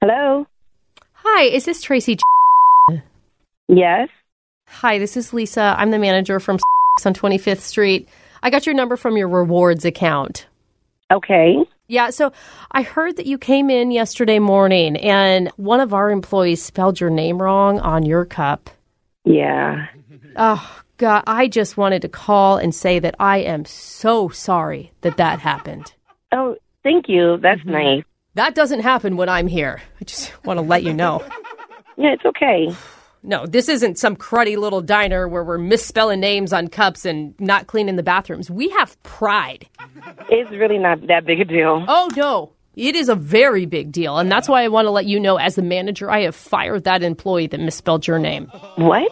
Hello. Hi, is this Tracy? Yes. Hi, this is Lisa. I'm the manager from on 25th Street. I got your number from your rewards account. Okay. Yeah, so I heard that you came in yesterday morning and one of our employees spelled your name wrong on your cup. Yeah. Oh, God, I just wanted to call and say that I am so sorry that that happened. Oh, thank you. That's nice. That doesn't happen when I'm here. I just want to let you know. Yeah, it's okay. No, this isn't some cruddy little diner where we're misspelling names on cups and not cleaning the bathrooms. We have pride. It's really not that big a deal. Oh, no. It is a very big deal. And that's why I want to let you know, as the manager, I have fired that employee that misspelled your name. What?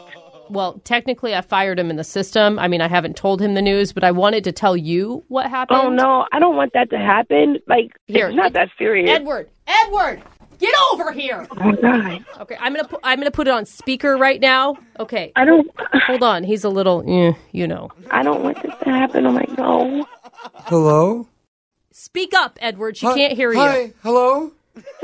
Well, technically, I fired him in the system. I mean, I haven't told him the news, but I wanted to tell you what happened. Oh no, I don't want that to happen. Like Here, it's not that serious. Edward! Edward! Get over here! oh God. Okay, I'm gonna pu- I'm gonna put it on speaker right now. Okay, I don't hold on. He's a little, eh, you know. I don't want this to happen. I'm like, no. Hello? Speak up, Edward. She can't hear you. Hi, hello?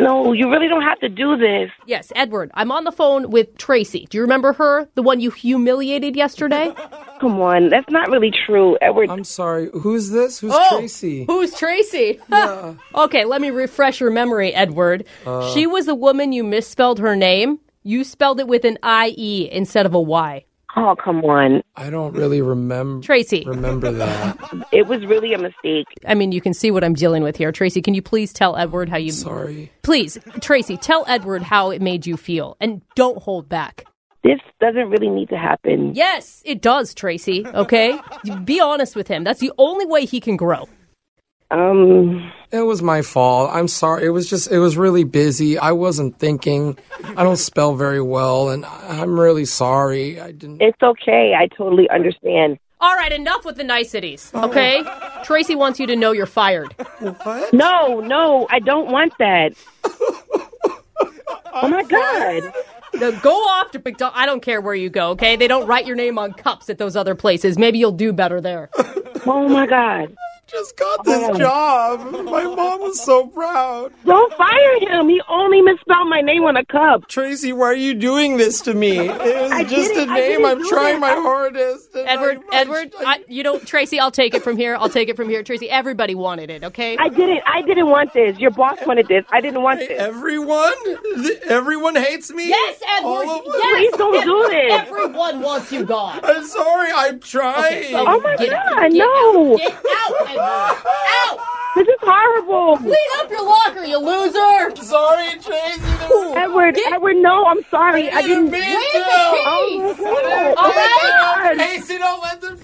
No, you really don't have to do this. Yes, Edward. I'm on the phone with Tracy. Do you remember her? The one you humiliated yesterday? Come on. That's not really true. Edward I'm sorry. Who's this? Who's Oh. Tracy? Who's Tracy? okay, let me refresh your memory, Edward. Uh. she was the woman you misspelled her name. You spelled it with an IE instead of a Y. Oh, come on. I don't really remember Tracy. remember that. It was really a mistake. I mean, you can see what I'm dealing with here. Tracy, can you please tell Edward how you. Sorry. Please, Tracy, tell Edward how it made you feel and don't hold back. This doesn't really need to happen. Yes, it does, Tracy, okay? Be honest with him. That's the only way he can grow. Um It was my fault. I'm sorry. It was just it was really busy. I wasn't thinking. I don't spell very well and I- I'm really sorry. I didn't it's okay. I totally understand. All right, enough with the niceties, Oh. okay? Tracy wants you to know you're fired. What? No, no, I don't want that. oh my god. Now go off to McDonald's. I don't care where you go, okay? They don't write your name on cups at those other places. Maybe you'll do better there. Oh my god. just got this job. My mom was so proud. Don't fire him. He only misspelled my name on a cup. Tracy, why are you doing this to me? It was I just a didn't- I name. didn't I'm do trying it. my I- hardest. and Edward, I- I- Edward, I, you know, Tracy, I'll take it from here. I'll take it from here. Tracy, everybody wanted it, okay? I didn't. I didn't want this. Your boss wanted this. I didn't want this. Everyone? Th- Everyone hates me? yes, All Edward. of them? Yes. Please don't do this. Everyone wants you gone. I'm sorry, I'm trying. okay. Oh my Get- god, get no! Get out, Edward. Out. This is horrible. Clean up your locker, you loser. Sorry, Tracy. Edward, Edward, no. I'm sorry. I didn't. Me Leave too. the Oh keys. my All god. right. Tracy, don't let them.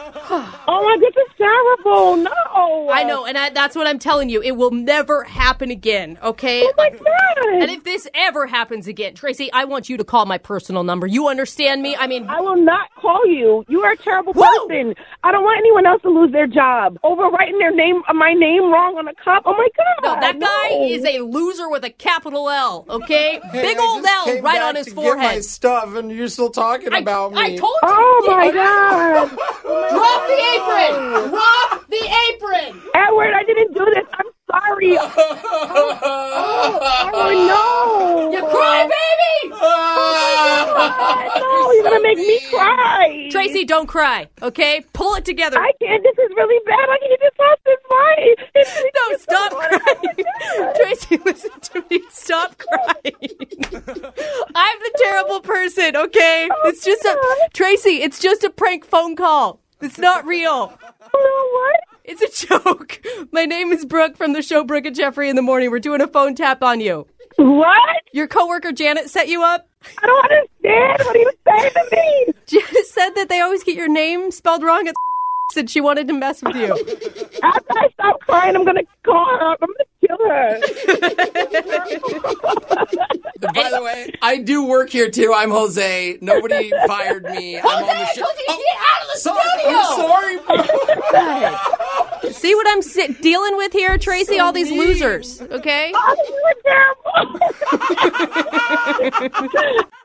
Oh my, this is terrible. No. I know, and I, that's what I'm telling you. It will never happen again, okay? Oh my And god. if this ever happens again, Tracy, I want you to call my personal number. You understand me? I mean, I will not call you. You are a terrible Woo! person. I don't want anyone else to lose their job over writing their name, my name wrong on a cup. Oh my god. no, that guy no. is a loser with a capital L, okay? Big old L right on his forehead. stuff, and you're still talking I, about me. I told you. Oh my Yeah. god. Drop the apron! Drop the apron! Edward, I didn't do this. I'm sorry. Oh, Edward, Oh, no. You Oh. cry, baby! No, you're gonna make me cry. Tracy, don't cry, okay? Pull it together. I can't. This is really bad. I can't. This house is mine. It's- No, it's so stop hard. crying. Tracy, listen to me. Stop crying. I'm the terrible person, okay? It's just a Oh, God. Tracy, it's just a prank phone call. It's not real. You know what? It's a joke. My name is Brooke from the show Brooke and Jeffrey in the morning. We're doing a phone tap on you. What? Your coworker Janet set you up. I don't understand. What are you saying to me? Janet said that they always get your name spelled wrong at and she wanted to mess with you. After I stop crying, I'm gonna call her. I'm gonna kill her. By the way, I do work here too. I'm Jose. Nobody fired me. I'm on the show. Oh, Sorry, I'm sorry. See what I'm si- dealing with here, Tracy? all these losers, okay? Oh, you were terrible.